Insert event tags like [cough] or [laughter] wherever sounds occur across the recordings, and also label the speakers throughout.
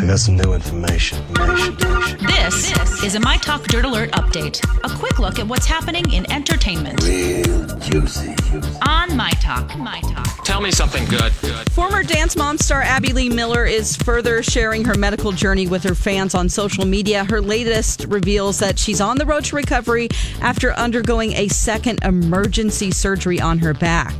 Speaker 1: I got some new information. information, information.
Speaker 2: This, is a My Talk Dirt Alert update. A quick look at what's happening in entertainment
Speaker 1: Real juicy.
Speaker 2: on My Talk. My Talk.
Speaker 3: Tell me something good.
Speaker 4: Former Dance Mom star Abby Lee Miller is further sharing her medical journey with her fans on social media. Her latest reveals that she's on the road to recovery after undergoing a second emergency surgery on her back.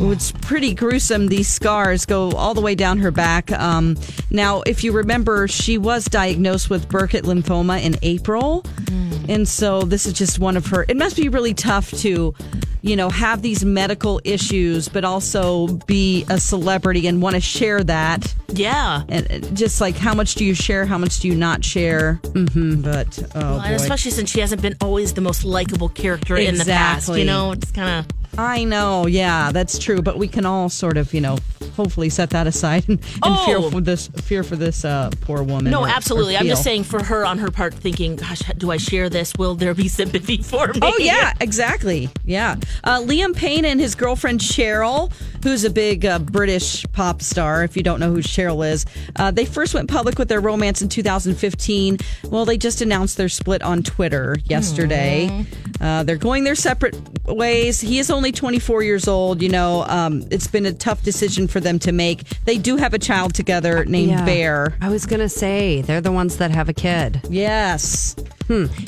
Speaker 4: Ooh, It's pretty gruesome. These scars go all the way down her back. Um, now, if you remember, she was diagnosed with Burkitt lymphoma in April. And so this is just one of her. It must be really tough to you know, have these medical issues, but also be a celebrity and want to share that.
Speaker 5: Yeah.
Speaker 4: And uh, just like, how much do you share? How much do you not share? hmm But oh
Speaker 5: and
Speaker 4: boy.
Speaker 5: especially since she hasn't been always the most likable character in the past,
Speaker 4: Exactly.
Speaker 5: you know, it's kind of
Speaker 4: I know, yeah, that's true. But we can all sort of, you know, hopefully set that aside and, and fear
Speaker 5: Oh.
Speaker 4: for this fear for this uh, poor woman.
Speaker 5: no,
Speaker 4: or- or
Speaker 5: absolutely. I'm just
Speaker 4: feel.
Speaker 5: saying for her on her part, thinking, gosh, do I share this? Will there be sympathy [laughs] for me?
Speaker 4: Oh yeah, exactly. Yeah, uh, Liam Payne and his girlfriend Cheryl, who's a big uh, British pop star. If you don't know who Cheryl is, uh, they first went public with their romance in 2015. Well, they just announced their split on Twitter yesterday. Uh, they're going their separate ways. He is only 24 years old. You know, um, it's been a tough decision for them to make. They do have a child together named
Speaker 6: Yeah.
Speaker 4: Bear.
Speaker 6: I was gonna say they're the ones that have a kid. Hmm.
Speaker 4: Yes,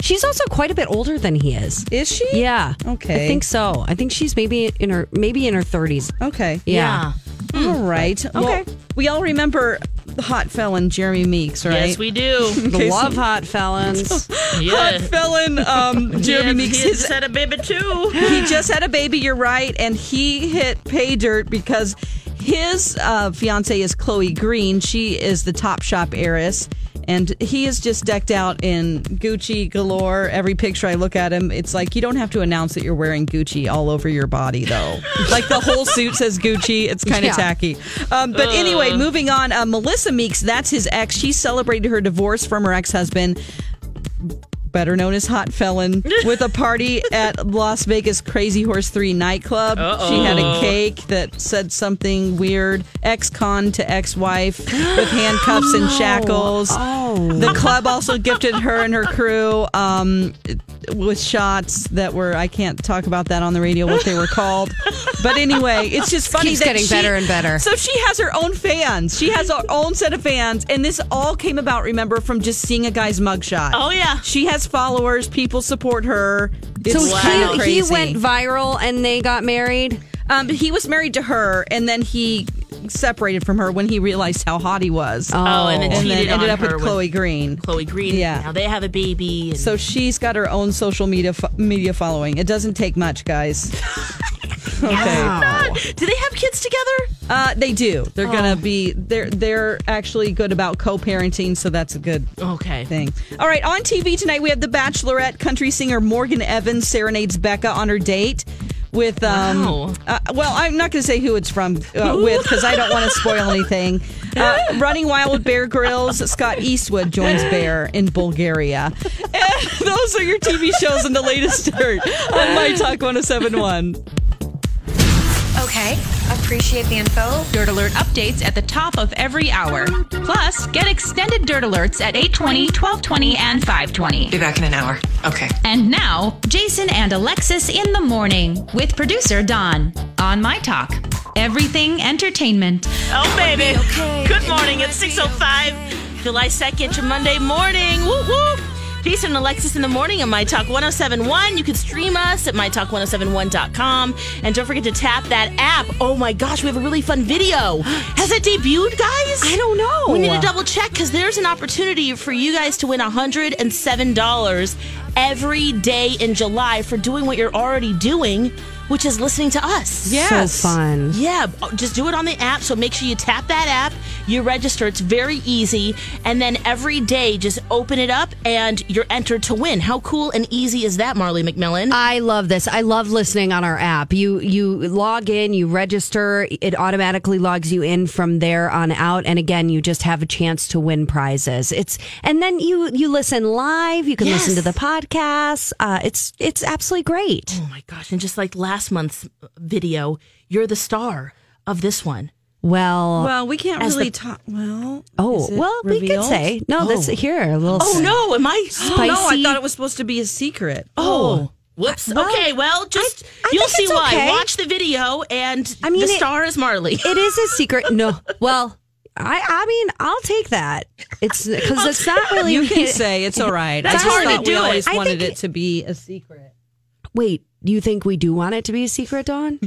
Speaker 6: She's also quite a bit older than he is.
Speaker 4: is she?
Speaker 6: Yeah.
Speaker 4: Okay.
Speaker 6: I think so. I think she's maybe in her maybe in her thirties.
Speaker 4: Okay.
Speaker 6: Yeah.
Speaker 5: Yeah.
Speaker 4: All right.
Speaker 5: Hmm. Okay.
Speaker 4: Well, we all remember the hot felon Jeremy Meeks, right?
Speaker 5: Yes,
Speaker 4: [laughs]
Speaker 5: we do.
Speaker 4: Okay, so-
Speaker 6: Love hot felons.
Speaker 4: Hot
Speaker 5: yeah.
Speaker 4: felon
Speaker 5: [laughs]
Speaker 4: um, Jeremy
Speaker 5: Yeah,
Speaker 4: Meeks.
Speaker 5: he had
Speaker 4: His,
Speaker 5: said a baby too.
Speaker 4: he just had a baby. You're right, and he hit pay dirt because his uh, fiance is Chloe Green. She is the Top Shop heiress. And he is just decked out in Gucci galore. Every picture I look at him, it's like you don't have to announce that you're wearing Gucci all over your body, though. like the whole suit says Gucci. It's kind of
Speaker 6: Yeah.
Speaker 4: tacky. Um, but anyway, moving on. Uh, Melissa Meeks, that's his ex. She celebrated her divorce from her ex husband better known as Hot Felon, with a party at Las Vegas Crazy Horse 3 nightclub. She had a cake that said something weird ex con to ex wife with handcuffs and shackles. The club also gifted her and her crew um, with shots that were, I can't talk about that on the radio, what they were called. But anyway, it's just funny
Speaker 6: Keeps
Speaker 4: that
Speaker 6: getting
Speaker 4: she-
Speaker 6: better and better.
Speaker 4: So she has her own fans. She has her own set of fans. And this all came about, remember, from just seeing a guy's mugshot.
Speaker 5: Oh, yeah.
Speaker 4: She has followers. People support her. [laughs] It's
Speaker 6: So
Speaker 4: kinda
Speaker 6: he, he
Speaker 4: crazy.
Speaker 6: went viral and they got married.
Speaker 4: Um, he was married to her, and then he separated from her when he realized how hot he was.
Speaker 5: Oh, and
Speaker 4: and
Speaker 5: then
Speaker 4: then
Speaker 5: cheated
Speaker 4: ended
Speaker 5: on
Speaker 4: up
Speaker 5: her
Speaker 4: with Chloe Green.
Speaker 5: Chloe Green.
Speaker 4: Yeah.
Speaker 5: Now they have a baby. and-
Speaker 4: So she's got her own social media fo- media following. It doesn't take much, guys. [laughs] okay.
Speaker 5: do they have kids together?
Speaker 4: Uh, they do. They're
Speaker 5: Oh.
Speaker 4: gonna be. They're they're actually good about co-parenting, so that's a good
Speaker 5: Okay.
Speaker 4: thing. All right, on TV tonight we have The Bachelorette. Country singer Morgan Evans serenades Becca on her date with. Um,
Speaker 5: Wow.
Speaker 4: uh, well, I'm not going to say who it's from uh, with because I don't want to spoil anything. Uh, Running Wild with Bear Grylls. Scott Eastwood joins Bear in Bulgaria. And [laughs] those are your TV shows and the latest dirt on My Talk 1071.
Speaker 7: Okay, appreciate the info.
Speaker 8: Dirt Alert updates at the top of every hour. Plus, get extended Dirt Alerts at 820, 1220, and 520.
Speaker 9: Be back in an hour. Okay.
Speaker 8: And now, Jason and Alexis in the morning with producer Don on My Talk. Everything entertainment.
Speaker 5: Oh, baby. oh Good morning. It's 6.05, July 2nd, your Monday morning. Woo, woo. Jason and Alexis in the morning on My Talk 1071. You can stream us at MyTalk1071.com. And don't forget to tap that app. Oh my gosh, we have a really fun
Speaker 6: [gasps]
Speaker 5: video. Has it debuted, guys?
Speaker 6: I don't know.
Speaker 5: We need to double check because there's an opportunity for you guys to win $107 every day in July for doing what you're already doing, which is listening to us.
Speaker 4: Yes.
Speaker 6: So fun.
Speaker 5: Yeah, oh, just do it on the app. So make sure you tap that app, you register. It's very easy. And then every day, just open it up and you're entered to win. How cool and easy is that, Marley McMillan?
Speaker 6: I love this. I love listening on our app. You you log in, you register, it automatically logs you in from there on out and again you just have a chance to win prizes. It's and then you you listen live, you can
Speaker 5: Yes.
Speaker 6: listen to the podcast. Uh, it's it's absolutely great.
Speaker 5: oh my gosh. And just like last month's video, you're the star of this one.
Speaker 6: Well,
Speaker 4: Well, we can't
Speaker 5: As
Speaker 4: really
Speaker 5: the-
Speaker 4: talk. Well,
Speaker 6: oh,
Speaker 4: is it
Speaker 6: well, we could
Speaker 4: revealed?
Speaker 6: say. No, this here a little
Speaker 5: Oh no, am I?
Speaker 6: Spicy.
Speaker 4: No, I thought it was supposed to be a secret.
Speaker 5: Oh. Whoops.
Speaker 6: Well,
Speaker 5: okay, well, just
Speaker 6: I
Speaker 5: you'll
Speaker 6: think
Speaker 5: see
Speaker 6: it's
Speaker 5: why.
Speaker 6: okay.
Speaker 5: Watch the video and
Speaker 6: I mean,
Speaker 5: the
Speaker 6: it-
Speaker 5: star is Marley.
Speaker 6: It is a secret. No. Well, I I mean, I'll take that. It's because it's not
Speaker 4: [laughs]
Speaker 6: really
Speaker 4: you can
Speaker 6: [laughs]
Speaker 4: say it's all right.
Speaker 5: That's
Speaker 4: I just
Speaker 5: hard to
Speaker 4: thought we
Speaker 5: do it.
Speaker 4: always
Speaker 6: I
Speaker 4: wanted
Speaker 6: think-
Speaker 4: it to be a secret.
Speaker 6: Wait, you think we do want it to be a secret, Dawn?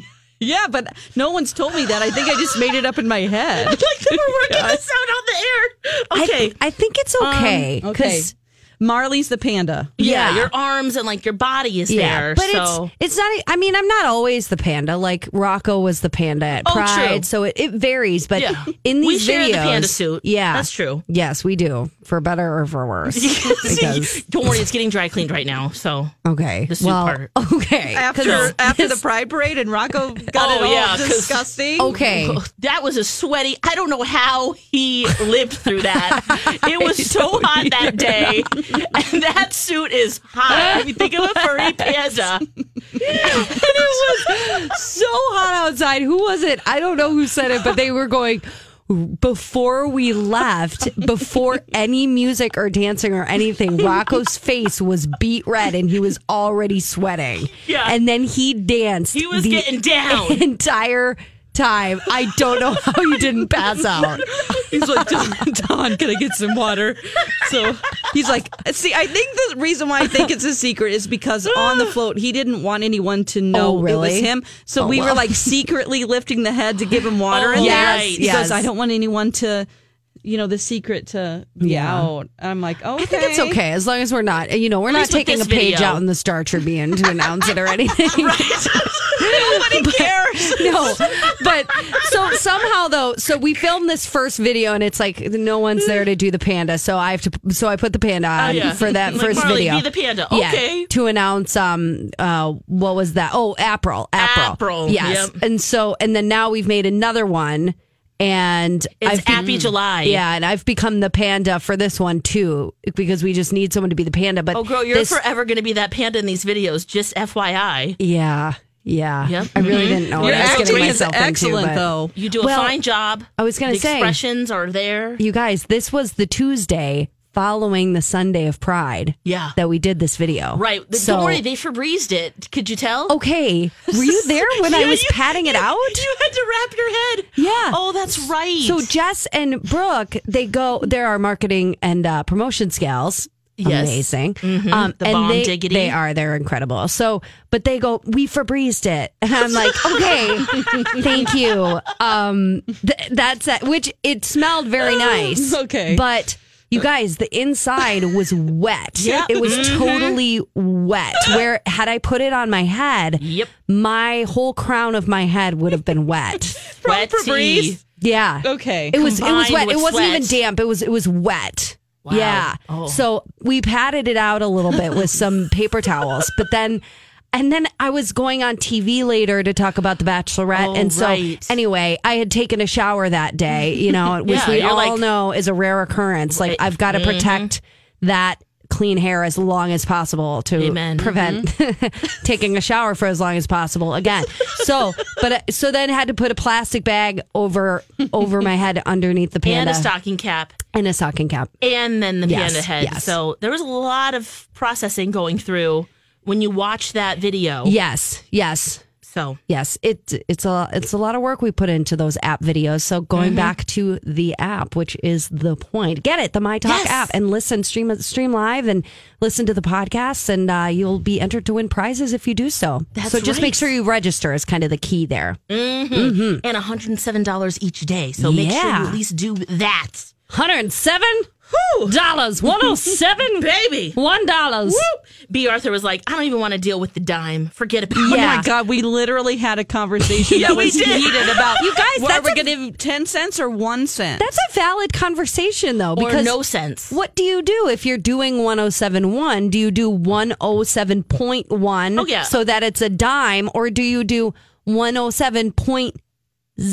Speaker 4: Yeah, but no one's told me that. I think I just made it up in my head.
Speaker 5: [laughs] like they were working this out on the air.
Speaker 6: I-
Speaker 5: Okay. Um,
Speaker 6: I, think it's okay.
Speaker 4: Okay.
Speaker 6: 'cause-
Speaker 4: Marley's the panda.
Speaker 5: yeah,
Speaker 6: yeah.
Speaker 5: your arms and like your body is there.
Speaker 6: but
Speaker 5: so
Speaker 6: it's it's not. I mean, I'm not always the panda. Like Rocco was the panda at
Speaker 5: Oh, true.
Speaker 6: Pride, so it, it varies. But
Speaker 5: Yeah.
Speaker 6: in
Speaker 5: We
Speaker 6: these
Speaker 5: share
Speaker 6: videos,
Speaker 5: the panda suit.
Speaker 6: Yeah,
Speaker 5: That's true.
Speaker 6: Yes, we do for better or
Speaker 5: [laughs]
Speaker 6: for worse. because
Speaker 5: don't worry, it's getting dry cleaned right now. So
Speaker 6: okay,
Speaker 5: The suit
Speaker 6: well,
Speaker 5: part.
Speaker 6: okay, 'cause
Speaker 4: After after the pride parade and Rocco got
Speaker 5: Oh,
Speaker 4: it all
Speaker 5: yeah, 'cause-
Speaker 4: disgusting.
Speaker 6: okay.
Speaker 5: Oh, that was a sweaty. I don't know how he lived through that. it
Speaker 6: [laughs]
Speaker 5: was so hot that day, and that suit is hot. If you think of a
Speaker 6: [laughs]
Speaker 5: furry panda,
Speaker 6: it was [laughs] so hot outside. Who was it? I don't know who said it, but they were going before we left, before any music or dancing or anything, Rocco's face was beat red and he was already sweating.
Speaker 5: Yeah.
Speaker 6: And then he danced.
Speaker 5: He was
Speaker 6: the
Speaker 5: getting down.
Speaker 6: [laughs] entire time. I don't know how you didn't pass out.
Speaker 5: [laughs]
Speaker 4: He's like, Don, Don, can I get some water? So he's like, see, I think the reason why I think it's a secret is because on the float, he didn't want anyone to know
Speaker 6: Oh,
Speaker 4: it was
Speaker 6: really? Oh,
Speaker 4: him. So we were
Speaker 6: well.
Speaker 4: like secretly lifting the head to give him water
Speaker 5: Oh,
Speaker 4: in there.
Speaker 5: right.
Speaker 4: Because
Speaker 6: yes.
Speaker 4: I don't want anyone to, you know, the secret to be out. I'm like, okay.
Speaker 6: I think it's okay as long as we're not, you know, we're not
Speaker 5: least with
Speaker 6: taking
Speaker 5: this
Speaker 6: a page
Speaker 5: video.
Speaker 6: out in the Star Tribune to
Speaker 5: [laughs]
Speaker 6: announce it or anything.
Speaker 4: Nobody cares.
Speaker 6: no but so somehow though so we filmed this first video and it's like no one's there to do the panda so i have to so i put the panda on
Speaker 5: Oh, yeah.
Speaker 6: for that
Speaker 5: Like,
Speaker 6: first
Speaker 5: Marley,
Speaker 6: video
Speaker 5: be the panda.
Speaker 6: Yeah,
Speaker 5: Okay.
Speaker 6: to announce um uh what was that oh april april
Speaker 5: April,
Speaker 6: yes
Speaker 5: yep.
Speaker 6: and so and then now we've made another one and
Speaker 5: it's
Speaker 6: I've be-
Speaker 5: Happy July.
Speaker 6: yeah, and I've become the panda for this one too, because we just need someone to be the panda. But
Speaker 5: Oh, girl, you're
Speaker 6: this-
Speaker 5: forever going to be that panda in these videos. Just FYI,
Speaker 6: yeah, yeah.
Speaker 5: Yep.
Speaker 6: I really didn't know
Speaker 4: Your
Speaker 6: what I was
Speaker 4: acting
Speaker 6: getting
Speaker 4: is
Speaker 6: myself
Speaker 4: excellent,
Speaker 6: into. but-
Speaker 4: though.
Speaker 5: you do a
Speaker 6: Well,
Speaker 5: fine job.
Speaker 6: I was gonna
Speaker 5: the
Speaker 6: say-
Speaker 5: expressions are there.
Speaker 6: You guys, this was the Tuesday following the Sunday of Pride.
Speaker 5: Yeah.
Speaker 6: That we did this video.
Speaker 5: Right. The,
Speaker 6: So,
Speaker 5: don't worry, they Febrezed it. Could you tell?
Speaker 6: okay. Were you there when
Speaker 5: [laughs]
Speaker 6: I
Speaker 5: Yeah,
Speaker 6: was
Speaker 5: you-
Speaker 6: patting it
Speaker 5: you-
Speaker 6: out?
Speaker 5: You had to wrap your head.
Speaker 6: Yeah.
Speaker 5: Oh, that's right.
Speaker 6: So Jess and Brooke, they go. They're our marketing and uh, promotion scales.
Speaker 5: Yes. Mm-hmm.
Speaker 6: Amazing. Um,
Speaker 5: The
Speaker 6: and
Speaker 5: bomb
Speaker 6: they,
Speaker 5: diggity.
Speaker 6: They are. They're incredible. So, but they go, we Febrezed it. And
Speaker 5: [laughs]
Speaker 6: I'm like, okay, thank you. Um, th- that's it. Which it smelled
Speaker 5: Oh,
Speaker 6: very nice.
Speaker 4: Okay.
Speaker 6: But you guys, the inside was wet.
Speaker 5: [laughs] Yep.
Speaker 6: It was totally wet. Where had I put it on my head,
Speaker 5: Yep.
Speaker 6: my whole crown of my head would have been
Speaker 5: [laughs]
Speaker 6: wet.
Speaker 5: Wetty.
Speaker 4: Febreze.
Speaker 6: Yeah.
Speaker 4: Okay.
Speaker 6: It was it was
Speaker 5: Combined
Speaker 6: wet. It
Speaker 5: with
Speaker 6: wasn't even
Speaker 5: sweat.
Speaker 6: damp. It was it was wet.
Speaker 5: Wow.
Speaker 6: Yeah.
Speaker 5: Oh.
Speaker 6: So we padded it out a little bit with
Speaker 5: [laughs]
Speaker 6: some paper towels, but then and then I was going on TV later to talk about the Bachelorette,
Speaker 5: Oh,
Speaker 6: and so
Speaker 5: right.
Speaker 6: anyway, I had taken a shower that day,
Speaker 5: [laughs]
Speaker 6: you know, which
Speaker 5: Yeah,
Speaker 6: we
Speaker 5: you're
Speaker 6: all
Speaker 5: like- Mm-hmm.
Speaker 6: know is a rare occurrence. Like I've got to protect that clean hair as long as possible to
Speaker 5: Amen.
Speaker 6: prevent
Speaker 5: Mm-hmm.
Speaker 6: [laughs] taking a shower for as long as possible again. So, but uh, so then had to put a plastic bag over over my head underneath
Speaker 5: [laughs]
Speaker 6: the
Speaker 5: And
Speaker 6: panda
Speaker 5: a stocking cap.
Speaker 6: and a stocking cap.
Speaker 5: and then the
Speaker 6: Yes,
Speaker 5: panda head.
Speaker 6: yes.
Speaker 5: So there was a lot of processing going through when you watch that video.
Speaker 6: Yes, yes.
Speaker 5: So
Speaker 6: Yes, it it's a it's a lot of work we put into those app videos. So going
Speaker 5: Mm-hmm.
Speaker 6: back to the app, which is the point. Get it, the My Talk
Speaker 5: Yes.
Speaker 6: app, and listen stream stream live and listen to the podcasts, and uh, you'll be entered to win prizes if you do so.
Speaker 5: That's
Speaker 6: so just make
Speaker 5: right.
Speaker 6: sure you register is kind of the key there.
Speaker 5: and one hundred and seven dollars each day. So make sure you
Speaker 6: Yeah.
Speaker 5: at least do that.
Speaker 6: Hundred and seven dollars, one oh seven,
Speaker 5: [laughs] Baby.
Speaker 6: one dollars.
Speaker 5: Whoop. B. Arthur was like, I don't even want to deal with the dime. Forget about it.
Speaker 6: Yeah.
Speaker 5: [laughs]
Speaker 4: Oh my God, we literally had a
Speaker 6: [laughs]
Speaker 4: conversation
Speaker 5: Yeah,
Speaker 4: that
Speaker 5: we
Speaker 4: was
Speaker 5: did.
Speaker 4: heated about
Speaker 6: You guys,
Speaker 4: Are
Speaker 6: that's
Speaker 4: we
Speaker 6: a-
Speaker 4: going to ten cents or one cent?
Speaker 6: That's a valid conversation though,
Speaker 5: Or
Speaker 6: because
Speaker 5: no sense.
Speaker 6: What do you do if you're doing 1071? Do oh you do 107.1
Speaker 5: Oh, yeah.
Speaker 6: so that it's a dime, or do you do 107.01
Speaker 5: Oh,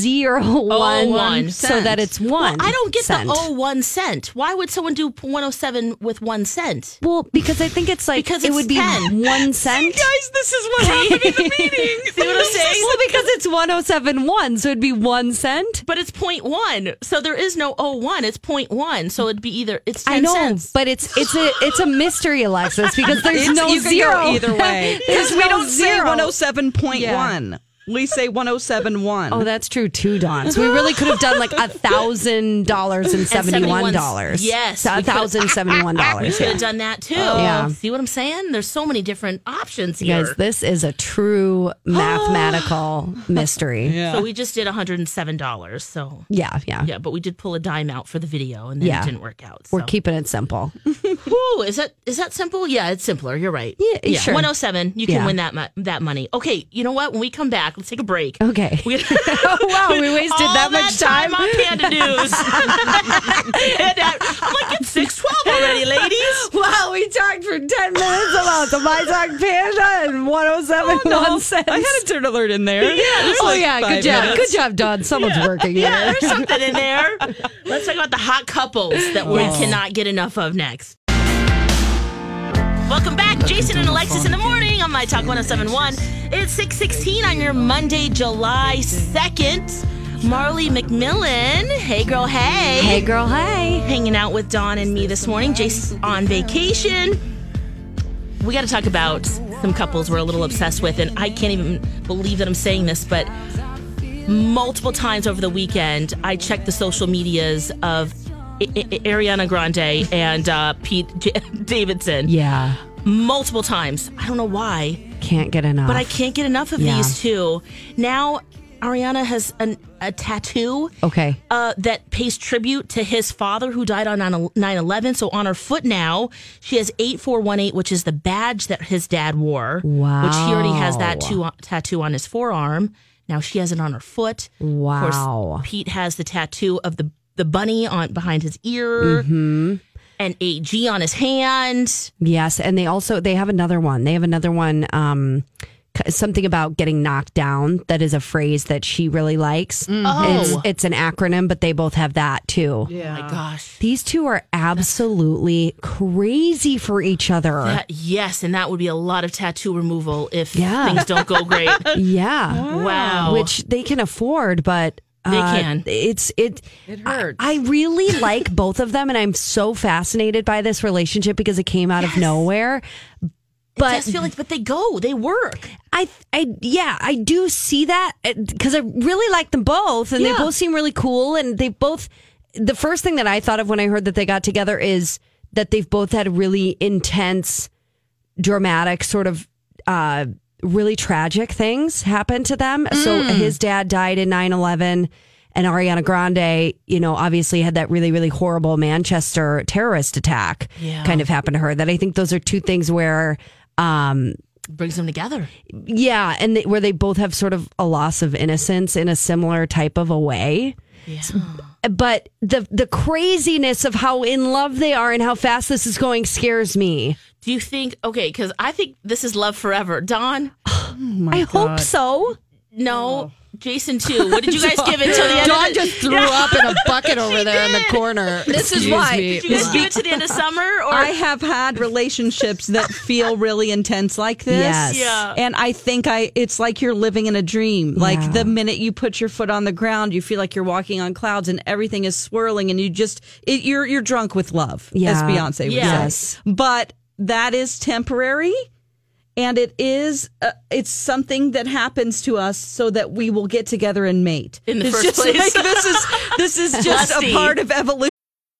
Speaker 5: one
Speaker 6: so that it's
Speaker 5: Well,
Speaker 6: one?
Speaker 5: I don't get
Speaker 6: cent?
Speaker 5: the oh one cent. Why would someone do 107 with one cent?
Speaker 6: Well, because I think it's like
Speaker 5: Because
Speaker 6: it
Speaker 5: it's
Speaker 6: would be
Speaker 5: 10. [laughs]
Speaker 6: one cent.
Speaker 5: this is what happened [laughs] in the meeting. See what I'm saying?
Speaker 6: [laughs] Well, because it's 1071, so it'd be one cent.
Speaker 5: But it's point one, so there is no oh one. It's point one, so it'd be either it's ten
Speaker 6: I know,
Speaker 5: cents.
Speaker 6: but it's it's a it's a mystery, Alexis,
Speaker 5: [laughs]
Speaker 6: because there's
Speaker 4: It's-
Speaker 6: no
Speaker 4: you can
Speaker 6: zero
Speaker 4: go
Speaker 6: [laughs]
Speaker 4: either way.
Speaker 6: there's
Speaker 4: Because we
Speaker 6: no
Speaker 4: don't say
Speaker 6: zero.
Speaker 4: 107.1. We say 107.1.
Speaker 6: Oh, that's true too, Don. So we really could have done like a thousand
Speaker 5: [laughs]
Speaker 6: dollars and seventy one dollars.
Speaker 5: Yes, we
Speaker 6: a
Speaker 5: could- [laughs]
Speaker 6: thousand seventy one
Speaker 5: we
Speaker 6: dollars. Oh,
Speaker 5: could have done that too.
Speaker 6: Yeah.
Speaker 5: See what I'm saying? There's so many different options here.
Speaker 6: Guys, this is
Speaker 5: [gasps]
Speaker 6: a true mathematical mystery. Yeah.
Speaker 5: So we just did 107 dollars. So
Speaker 6: yeah,
Speaker 5: yeah, but we did pull a dime out for the video, and then
Speaker 6: Yeah.
Speaker 5: it didn't work out.
Speaker 6: We're
Speaker 5: so.
Speaker 6: keeping it simple.
Speaker 5: Whew, is that is that simple? Yeah, it's simpler. You're right.
Speaker 6: Yeah, sure.
Speaker 5: 107. You can
Speaker 6: Yeah.
Speaker 5: win that mo- that money. Okay, you know what? When we come back, let's take a break.
Speaker 6: Okay.
Speaker 5: [laughs] We-
Speaker 6: [laughs] wow, we wasted
Speaker 5: All
Speaker 6: that much
Speaker 5: time,
Speaker 6: time.
Speaker 5: on Panda
Speaker 6: [laughs]
Speaker 5: News. And, uh, I'm like it's six twelve already,
Speaker 6: [laughs]
Speaker 5: ladies.
Speaker 6: Wow, we talked for ten minutes about the My Talk Panda and one oh seven one cents.
Speaker 4: I had a dirt alert in there. Yeah.
Speaker 6: Oh yeah, good job. Good job, Don. Someone's working.
Speaker 5: Yeah,
Speaker 6: here.
Speaker 5: there's something in there. Let's talk about the hot couples that we cannot get enough of next. Welcome back, Jason and Alexis in the morning on My Talk 1071. It's 616 on your Monday, July 2nd. Marley McMillan. Hey, girl, hey.
Speaker 6: Hey girl, hey.
Speaker 5: Hanging out with Dawn and me this morning. Jason's on vacation. We got to talk about some couples we're a little obsessed with, and I can't even believe that I'm saying this, but multiple times over the weekend, I checked the social medias of I- I- I- Ariana Grande and uh, Pete J- [laughs] Davidson
Speaker 6: Yeah.
Speaker 5: multiple times. I don't know why,
Speaker 6: Can't get enough.
Speaker 5: but I can't get enough of
Speaker 6: Yeah.
Speaker 5: these two. Now, Ariana has an, a tattoo
Speaker 6: Okay.
Speaker 5: uh, that pays tribute to his father who died on 9 11. So on her foot now, she has 8418, which is the badge that his dad wore.
Speaker 6: Wow.
Speaker 5: Which he already has that two, tattoo on his forearm. Now she has it on her foot. Of
Speaker 6: Wow.
Speaker 5: course, Pete has the tattoo of the, the bunny on behind his ear
Speaker 6: Mm-hmm.
Speaker 5: and AG on his hand.
Speaker 6: Yes, and they also they have another one. They have another one. Um, c- something about getting knocked down. That is a phrase that she really likes.
Speaker 5: Mm.
Speaker 6: It's, it's an acronym, but they both have that too.
Speaker 5: Oh my gosh.
Speaker 6: These two are absolutely crazy for each other.
Speaker 5: That- yes, and that would be a lot of tattoo removal if
Speaker 6: Yeah.
Speaker 5: things don't go
Speaker 6: [laughs]
Speaker 5: great.
Speaker 6: yeah,
Speaker 5: wow.
Speaker 6: which they can afford, but.
Speaker 5: They
Speaker 6: uh,
Speaker 5: can.
Speaker 6: It's it. It hurts. I, I really [laughs] like both of them, and I'm so fascinated by this relationship because it came out of nowhere.
Speaker 5: I
Speaker 6: But
Speaker 5: just feel like, but they go, they work.
Speaker 6: I, I, yeah, I do see that because I really like them both, and they both seem really cool, and they both. The first thing that I thought of when I heard that they got together is that they've both had really intense, dramatic, sort of, uh, really tragic things happen to them. So his dad died in 9-11 and Ariana Grande, you know, obviously had that really, really horrible Manchester terrorist attack kind of happened to her. That I think those are two things where, um,
Speaker 5: Brings them together.
Speaker 6: yeah, and they, where they both have sort of a loss of innocence in a similar type of a way. But the the craziness of how in love they are and how fast this is going scares me.
Speaker 5: Do you think okay? Because I think this is love forever. Don,
Speaker 6: I hope so.
Speaker 5: no, Jason too. What did you guys give it till the end? of the,
Speaker 6: [laughs] threw up in a bucket over there in the corner. This is why.
Speaker 5: did you guys give it to the end of summer? Or
Speaker 4: I have had relationships
Speaker 5: [laughs]
Speaker 4: that feel really intense like this.
Speaker 6: Yes.
Speaker 5: Yeah.
Speaker 4: And I think I it's like you're living in a dream. Like
Speaker 6: Yeah.
Speaker 4: the minute you put your foot on the ground, you feel like you're walking on clouds and everything is swirling and you just it, you're you're drunk with love, as
Speaker 6: Yeah.
Speaker 4: Beyonce would
Speaker 5: Yes.
Speaker 4: say. But that is temporary. and it is uh, it's something that happens to us so that we will get together and mate.
Speaker 5: In the
Speaker 4: It's
Speaker 5: first
Speaker 4: just
Speaker 5: place.
Speaker 4: like- this is this
Speaker 5: [laughs]
Speaker 4: is just a
Speaker 5: Lusty.
Speaker 4: part of evolution.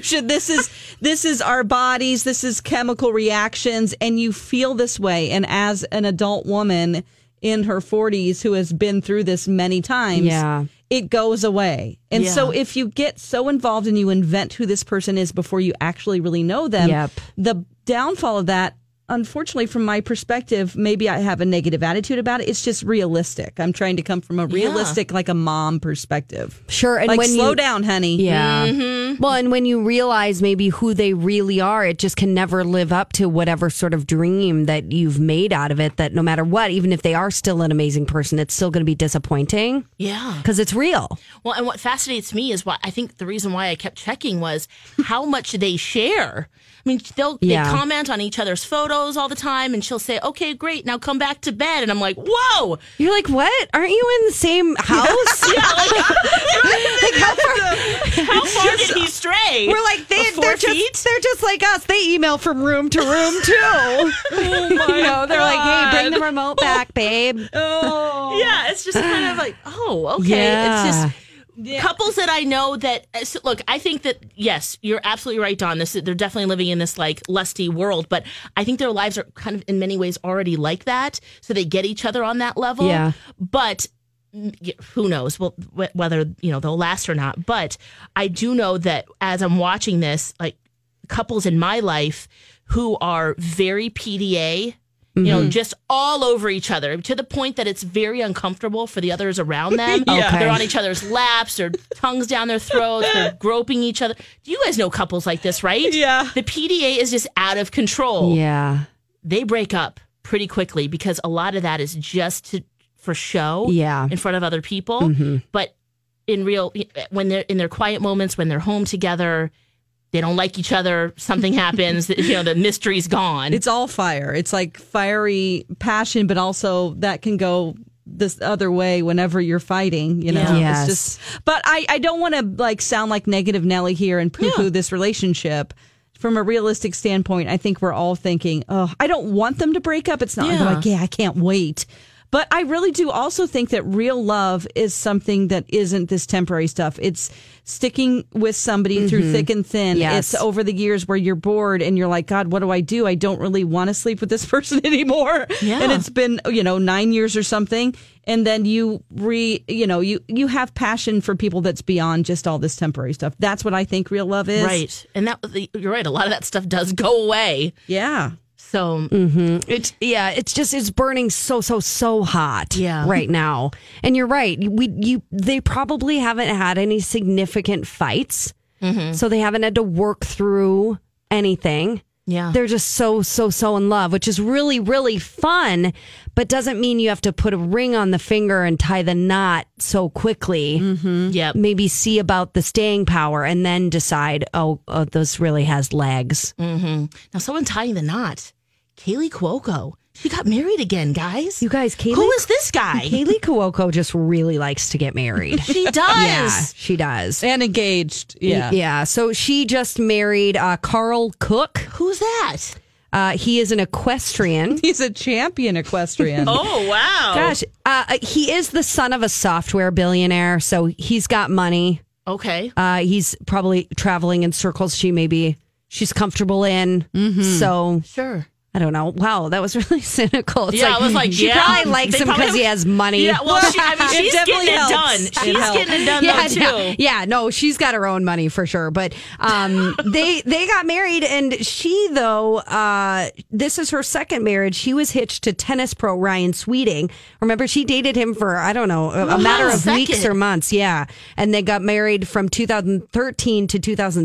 Speaker 4: Should- This is [laughs] this is our bodies. This is chemical reactions, and you feel this way. And as an adult woman in her forties who has been through this many times,
Speaker 6: Yeah.
Speaker 4: it goes away. And so, if you get so involved and you invent who this person is before you actually really know them,
Speaker 6: Yep.
Speaker 4: the downfall of that. Unfortunately, from my perspective, maybe I have a negative attitude about it. It's just realistic. I'm trying to come from a realistic, like a mom perspective.
Speaker 6: Sure, and
Speaker 4: like,
Speaker 6: when
Speaker 4: slow
Speaker 6: you-
Speaker 4: down, honey.
Speaker 6: Yeah. Well, and when you realize maybe who they really are, it just can never live up to whatever sort of dream that you've made out of it. That no matter what, even if they are still an amazing person, it's still going to be disappointing
Speaker 5: Yeah.
Speaker 6: because it's real.
Speaker 5: Well, and what fascinates me is why I think the reason why I kept checking was how much they share. I mean, they'll
Speaker 6: Yeah.
Speaker 5: they comment on each other's photos all the time, and she'll say, "Okay, great, now come back to bed," and I'm like, "Whoa!"
Speaker 6: You're like, what? Aren't you in the [laughs] same house?
Speaker 5: Yeah,
Speaker 6: [laughs]
Speaker 5: like,
Speaker 6: Like, how far-
Speaker 5: how far did he stray?
Speaker 6: [laughs] We're like they,
Speaker 5: Four
Speaker 6: they're
Speaker 5: feet?
Speaker 6: just they're just like us. They email from room to room [laughs] too. Oh no, they're like, hey, bring the remote back, [laughs] babe.
Speaker 5: [laughs] yeah, it's just kind of like, oh, okay.
Speaker 6: Yeah.
Speaker 5: It's just couples that I know that uh, so- look. I think that yes, you're absolutely right, Don. This they're definitely living in this like lusty world, but I think their lives are kind of in many ways already like that, so they get each other on that level.
Speaker 6: Yeah.
Speaker 5: but. mm, yeah, Who knows? Well, wh- whether you know they'll last or not. But I do know that as I'm watching this, like couples in my life who are very PDA, you
Speaker 6: Mm-hmm.
Speaker 5: know, just all over each other to the point that it's very uncomfortable for the others around
Speaker 6: [laughs]
Speaker 5: them.
Speaker 6: Okay.
Speaker 5: They're on each other's laps, their tongues down their throats, they're groping each other. Do you guys know couples like this, right?
Speaker 4: Yeah.
Speaker 5: The PDA is just out of control.
Speaker 6: Yeah.
Speaker 5: They break up pretty quickly because a lot of that is just to, for show
Speaker 6: Yeah. Mm-hmm.
Speaker 5: in front of other people. But in real, when they're in their quiet moments, when they're home together, they don't like each other. Something
Speaker 6: [laughs]
Speaker 5: happens. [laughs] You know, the mystery's gone.
Speaker 4: It's all fire. It's like fiery passion, but also that can go this other way whenever you're fighting, you know.
Speaker 5: Yeah.
Speaker 6: Yes.
Speaker 4: It's just but I, I don't want to like sound like negative Nelly here and poo poo this relationship. From a realistic standpoint, I think we're all thinking, Oh, I don't want them to break up. It's not
Speaker 5: Yeah.
Speaker 4: like, Yeah, I can't wait. But I really do also think that real love is something that isn't this temporary stuff. It's sticking with somebody through thick and thin.
Speaker 6: Mm-hmm. Yes.
Speaker 4: It's over the years where you're bored and you're like, God, what do I do? I don't really want to sleep with this [laughs] person anymore.
Speaker 5: Yeah.
Speaker 4: And it's been, you know, nine years or something. And then you re, you know, you, you have passion for people that's beyond just all this temporary stuff. That's what I think real love is.
Speaker 5: Right. And that the- you're right. A lot of that stuff does go away.
Speaker 4: Yeah.
Speaker 5: So
Speaker 6: Mm. It's yeah, it's just it's burning so so so hot
Speaker 5: Yeah.
Speaker 6: right now. And you're right. We you they probably haven't had any significant fights. So they haven't had to work through anything.
Speaker 5: yeah,
Speaker 6: They're just so so so in love, which is really really fun, but doesn't mean you have to put a ring on the finger and tie the knot so quickly.
Speaker 5: Mm-hmm. yep.
Speaker 6: Maybe see about the staying power and then decide, oh, oh this really has legs.
Speaker 5: Mm. Now someone tying the knot. Kaylee Cuoco. She got married again, guys.
Speaker 6: You guys, Kaylee
Speaker 5: Who is this [laughs] guy?
Speaker 6: Kaylee Cuoco just really likes to get married.
Speaker 5: she
Speaker 6: yeah,
Speaker 5: does.
Speaker 6: she does.
Speaker 4: And engaged. Yeah.
Speaker 6: Yeah. So she just married uh, Carl Cook.
Speaker 5: Who's that?
Speaker 6: Uh, he is an equestrian.
Speaker 4: He's a champion equestrian.
Speaker 5: [laughs] Oh wow.
Speaker 6: Gosh, uh, he is the son of a software billionaire, so he's got money.
Speaker 5: Okay.
Speaker 6: Uh, he's
Speaker 5: Mm-hmm.
Speaker 6: probably traveling in circles she maybe she's comfortable in. So
Speaker 5: Sure.
Speaker 6: I don't know. Wow, that was [laughs] really cynical. It's
Speaker 5: yeah, I was like,
Speaker 6: she
Speaker 5: yeah,
Speaker 6: probably likes
Speaker 5: they
Speaker 6: him because
Speaker 5: probably-
Speaker 6: he has money.
Speaker 5: Yeah, well, she,
Speaker 6: [laughs]
Speaker 5: I mean,
Speaker 4: It
Speaker 5: she's
Speaker 4: definitely
Speaker 5: getting it
Speaker 4: helps.
Speaker 5: done.
Speaker 4: It
Speaker 5: She's
Speaker 4: helps.
Speaker 5: getting it done though
Speaker 6: yeah,
Speaker 5: too.
Speaker 6: no, yeah, no, she's got her own money for sure. But
Speaker 5: [laughs]
Speaker 6: um, they they got married, and she though uh, this is her second marriage. She was hitched to tennis pro Ryan Sweeting. Remember, she dated him for I don't know
Speaker 5: Oh,
Speaker 6: a, a matter of
Speaker 5: second.
Speaker 6: weeks or months. Yeah, and they got married from 2013 to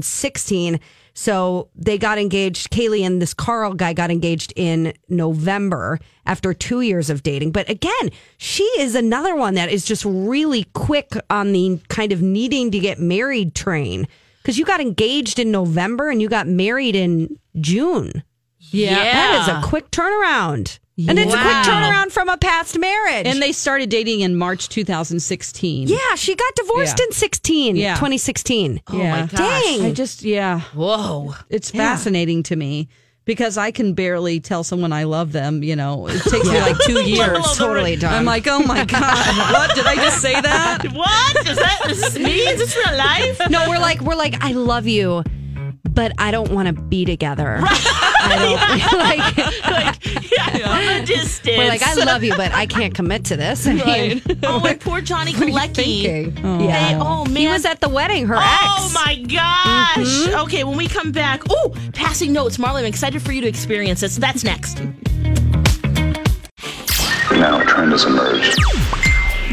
Speaker 6: 2016. So they got engaged. Kaylee and this Carl guy got engaged in November after two years of dating. But again, she is another one that is just really quick on the kind of needing to get married train. Because you got engaged in November and you got married in June.
Speaker 5: Yeah.
Speaker 6: That is a quick turnaround. And it's a quick
Speaker 5: Wow.
Speaker 6: turnaround from a past marriage.
Speaker 4: And they started dating in March 2016.
Speaker 6: yeah, she got divorced
Speaker 4: Yeah.
Speaker 6: in 16,
Speaker 4: Yeah.
Speaker 6: 2016.
Speaker 5: Oh my
Speaker 4: Yeah.
Speaker 5: gosh.
Speaker 6: Dang.
Speaker 4: I just, yeah.
Speaker 5: Whoa.
Speaker 4: It's fascinating to me because I can barely tell someone I love them. You know, it takes me
Speaker 6: [laughs]
Speaker 4: like two years.
Speaker 6: Totally done.
Speaker 4: I'm like, oh my God, what? Did I just say that?
Speaker 5: What? Is that is this me? Is this real life?
Speaker 6: No, we're like we're like I love you, but I don't want to
Speaker 5: [laughs]
Speaker 6: be together. I don't, [laughs] like,
Speaker 5: [laughs] Yeah, from a distance.
Speaker 6: we're like I love you, but I can't commit to this. I mean,
Speaker 5: [laughs] oh, and poor Johnny Galecki.
Speaker 6: thinking?
Speaker 5: Oh. They, oh man.
Speaker 6: he was at the wedding. Her
Speaker 5: Oh
Speaker 6: ex.
Speaker 5: my gosh! Mm-hmm. Okay, when we come back, oh, passing notes, Marley. I'm excited for you to experience this. That's next.
Speaker 1: Now a trend has emerged.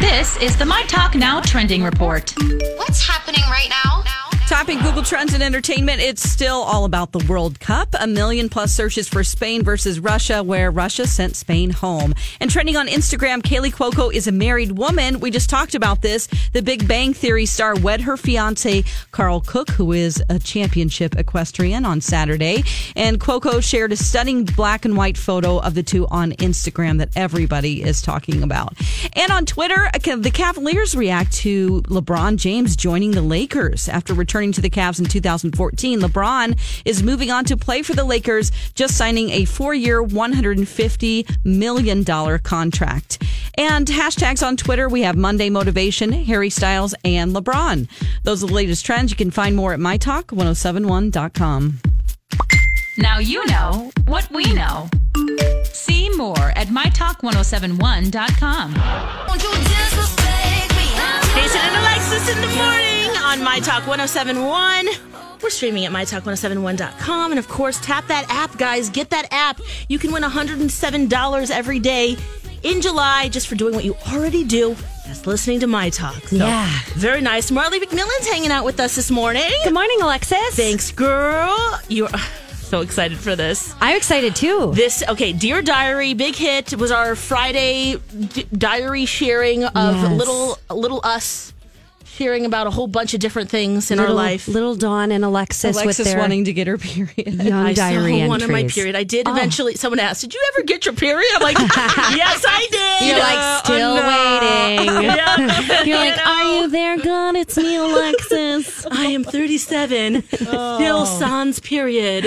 Speaker 8: This is the My Talk Now Trending Report.
Speaker 7: What's happening right now?
Speaker 4: Topping Google Trends and Entertainment, it's still all about the World Cup. A million plus searches for Spain versus Russia, where Russia sent Spain home. And trending on Instagram, Kaylee Cuoco is a married woman. We just talked about this. The Big Bang Theory star wed her fiance, Carl Cook, who is a championship equestrian, on Saturday. And Cuoco shared a stunning black and white photo of the two on Instagram that everybody is talking about. And on Twitter, uh, the Cavaliers react to LeBron James joining the Lakers after returning to the Cavs in 2014. LeBron is moving on to play for the Lakers, just signing a four-year, 150 million dollar contract. And hashtags on Twitter, we have Monday Motivation, Harry Styles, and LeBron. Those are the latest trends. You can find more at mytalk1071.com.
Speaker 8: Now you know what we know. See more at mytalk1071.com.
Speaker 5: Jason and Alexis in the morning on My Talk 1071. We're streaming at mytalk1071.com. And of course, tap that app, guys. Get that app. You can win $107 every day in July just for doing what you already do. That's listening to My Talk. So,
Speaker 6: Yeah.
Speaker 5: Very nice. Marley McMillan's hanging out with us this morning.
Speaker 6: Good morning, Alexis.
Speaker 5: Thanks, girl. You're so excited for this.
Speaker 6: I'm excited too.
Speaker 5: This okay, Dear Diary, big hit was our Friday d- diary sharing of
Speaker 6: Yes.
Speaker 5: little little us sharing about a whole bunch of different things in
Speaker 6: little,
Speaker 5: our life.
Speaker 6: little Dawn and Alexis, with
Speaker 4: Alexis
Speaker 6: their
Speaker 4: wanting to get [laughs] her period.
Speaker 6: young
Speaker 5: I
Speaker 6: diary
Speaker 5: still
Speaker 6: entries. Oh.
Speaker 5: wanted my period. I did eventually. Someone asked, "Did you ever get your period?" I'm
Speaker 6: [laughs]
Speaker 5: like, "Yes, I did."
Speaker 6: You're
Speaker 5: Uh,
Speaker 6: like still
Speaker 5: oh, no. [laughs]
Speaker 6: waiting. [laughs]
Speaker 5: Yep.
Speaker 6: You're like,
Speaker 5: know?
Speaker 6: are you there, God? It's me, Alexis.
Speaker 5: I am 37, still
Speaker 6: Oh.
Speaker 5: sans
Speaker 6: [laughs]
Speaker 5: period.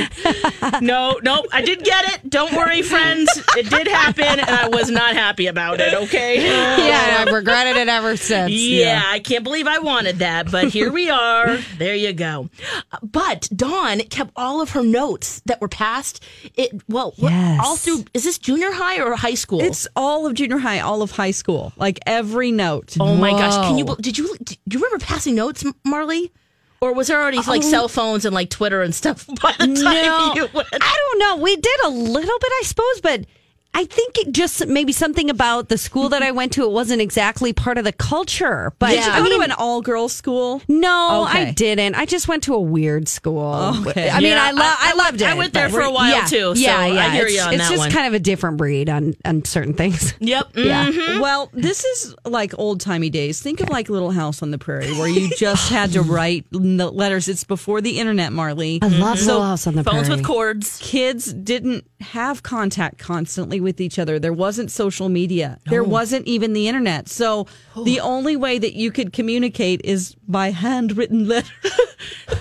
Speaker 5: No, nope, I did get it. Don't worry, friends. It did happen, and I was not happy about it,
Speaker 6: [laughs]
Speaker 5: okay?
Speaker 6: [laughs] yeah, and I've regretted it ever since.
Speaker 5: [laughs] Yeah, I can't believe I wanted that, but here we are. There you go. Uh, But Dawn kept all of her notes that were passed. It well, what-
Speaker 6: Yes.
Speaker 5: all through. Is this junior high or high school?
Speaker 4: It's all of junior high, all of high school, like every note.
Speaker 5: oh my gosh! Can you bel- did you do you remember passing notes, M- Marley? Or was there already like cell phones and like Twitter and stuff [laughs] by the time
Speaker 6: No,
Speaker 5: [laughs] you went?
Speaker 6: I don't know. We did a little bit, I suppose, but I think it just maybe something about the school that I
Speaker 5: Mm-hmm.
Speaker 6: went to. It wasn't exactly part of the culture, but
Speaker 4: Did you
Speaker 6: I
Speaker 4: go
Speaker 5: Oh,
Speaker 6: mean,
Speaker 4: to an all girls school?
Speaker 6: no, I
Speaker 4: Okay.
Speaker 6: didn't. I just went to a weird school.
Speaker 4: Okay.
Speaker 6: I mean,
Speaker 5: Yeah,
Speaker 6: I, lo-
Speaker 5: I-
Speaker 6: I,
Speaker 5: I
Speaker 6: loved
Speaker 5: went- I
Speaker 6: it.
Speaker 5: went there
Speaker 6: but
Speaker 5: for a while,
Speaker 6: yeah,
Speaker 5: too, so
Speaker 6: Yeah,
Speaker 5: I
Speaker 6: yeah.
Speaker 5: hear
Speaker 6: it's,
Speaker 5: you on
Speaker 6: it's
Speaker 5: that
Speaker 6: just
Speaker 5: one. Mm-hmm.
Speaker 6: kind of a different breed on on certain things.
Speaker 5: Yep.
Speaker 6: Yeah.
Speaker 4: Well, this is like old timey days. Think of like Little House on the Prairie, where you just had
Speaker 6: [laughs]
Speaker 4: to write n- letters. It's before the internet, Marley.
Speaker 6: I love Little House on the
Speaker 5: Phones
Speaker 6: Prairie.
Speaker 5: with cords.
Speaker 4: Kids didn't have contact constantly with each other. There wasn't social media. There wasn't even the internet. So
Speaker 6: Oh.
Speaker 4: the only way that you could communicate is by handwritten [laughs] letters.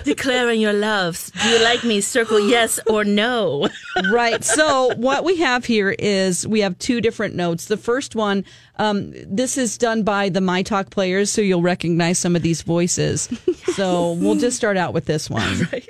Speaker 5: Declaring your loves. Do you like me? Circle yes or no.
Speaker 4: right. So what we have here is we have two different notes. The first one, um, this is done by the My Talk players, so you'll recognize
Speaker 5: [laughs]
Speaker 4: some of these voices. So we'll just start out with this one.
Speaker 5: Right.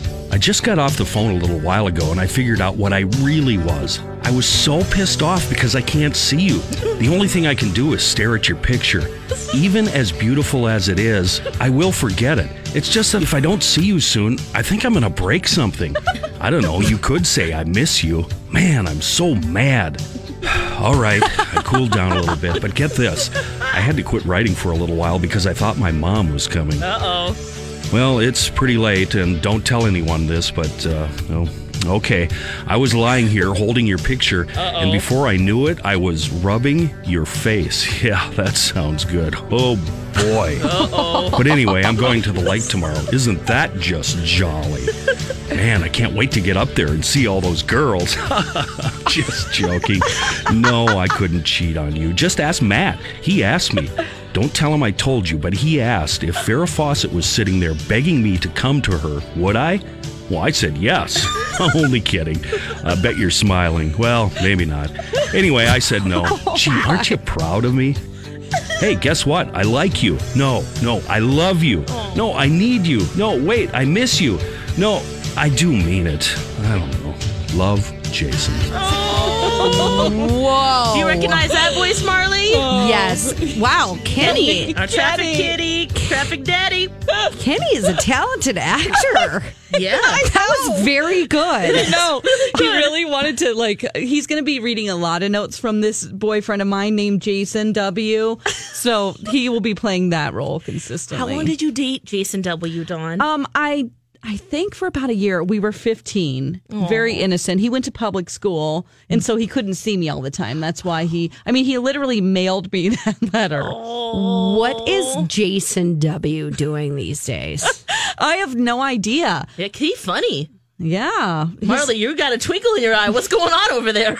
Speaker 10: I just got off the phone a little while ago and I figured out what I really was. I was so pissed off because I can't see you. The only thing I can do is stare at your picture. Even as beautiful as it is, I will forget it. It's just that if I don't see you soon, I think I'm going to break something. I don't know, you could say I miss you. Man, I'm so mad. All right, I cooled down a little bit, but get this. I had to quit writing for a little while because I thought my mom was coming.
Speaker 5: Uh oh.
Speaker 10: Well, it's pretty late, and don't tell anyone this, but, uh, no. Okay, I was lying here holding your picture,
Speaker 11: Uh-oh.
Speaker 10: and before I knew it, I was rubbing your face. [laughs] Yeah, that sounds good. Oh boy.
Speaker 11: Uh-oh.
Speaker 10: But anyway, I'm going to the lake tomorrow. Isn't that just
Speaker 11: [laughs]
Speaker 10: jolly? Man, I can't wait to get up there and see all those girls. [laughs] just joking. No, I couldn't cheat on you. Just ask Matt. He asked me. Don't tell him I told you, but he asked if Farrah Fawcett was sitting there begging me to come to her, would I? Well, I said yes. [laughs] Only kidding. I bet you're smiling. Well, maybe not. Anyway, I said no. Gee, aren't you proud of me? Hey, guess what? I like you. No, no, I love you. No, I need you. No, wait, I miss you. No, I do mean it. I don't know. Love, Jason.
Speaker 5: Whoa. Do you recognize that voice, Marley?
Speaker 6: Yes. Wow, Kenny.
Speaker 5: Kenny. Our traffic kitty. Traffic daddy.
Speaker 6: Kenny is a talented [laughs] actor.
Speaker 5: Yeah.
Speaker 6: that was very good.
Speaker 4: no, he really wanted to like. He's going to be reading a lot of notes from this boyfriend of mine named Jason W. So he will be playing that role consistently.
Speaker 5: How long did you date Jason W. Dawn?
Speaker 4: Um, I I think for about a year we were fifteen, very innocent. He went to public school, and so he couldn't see me all the time. That's why he. I mean, he literally mailed me [laughs] that letter.
Speaker 6: What is Jason W doing these days?
Speaker 4: I have no idea.
Speaker 5: Yeah, he funny.
Speaker 4: Yeah, he's-
Speaker 5: Marley, you got a twinkle in your eye. What's going on over [laughs] there?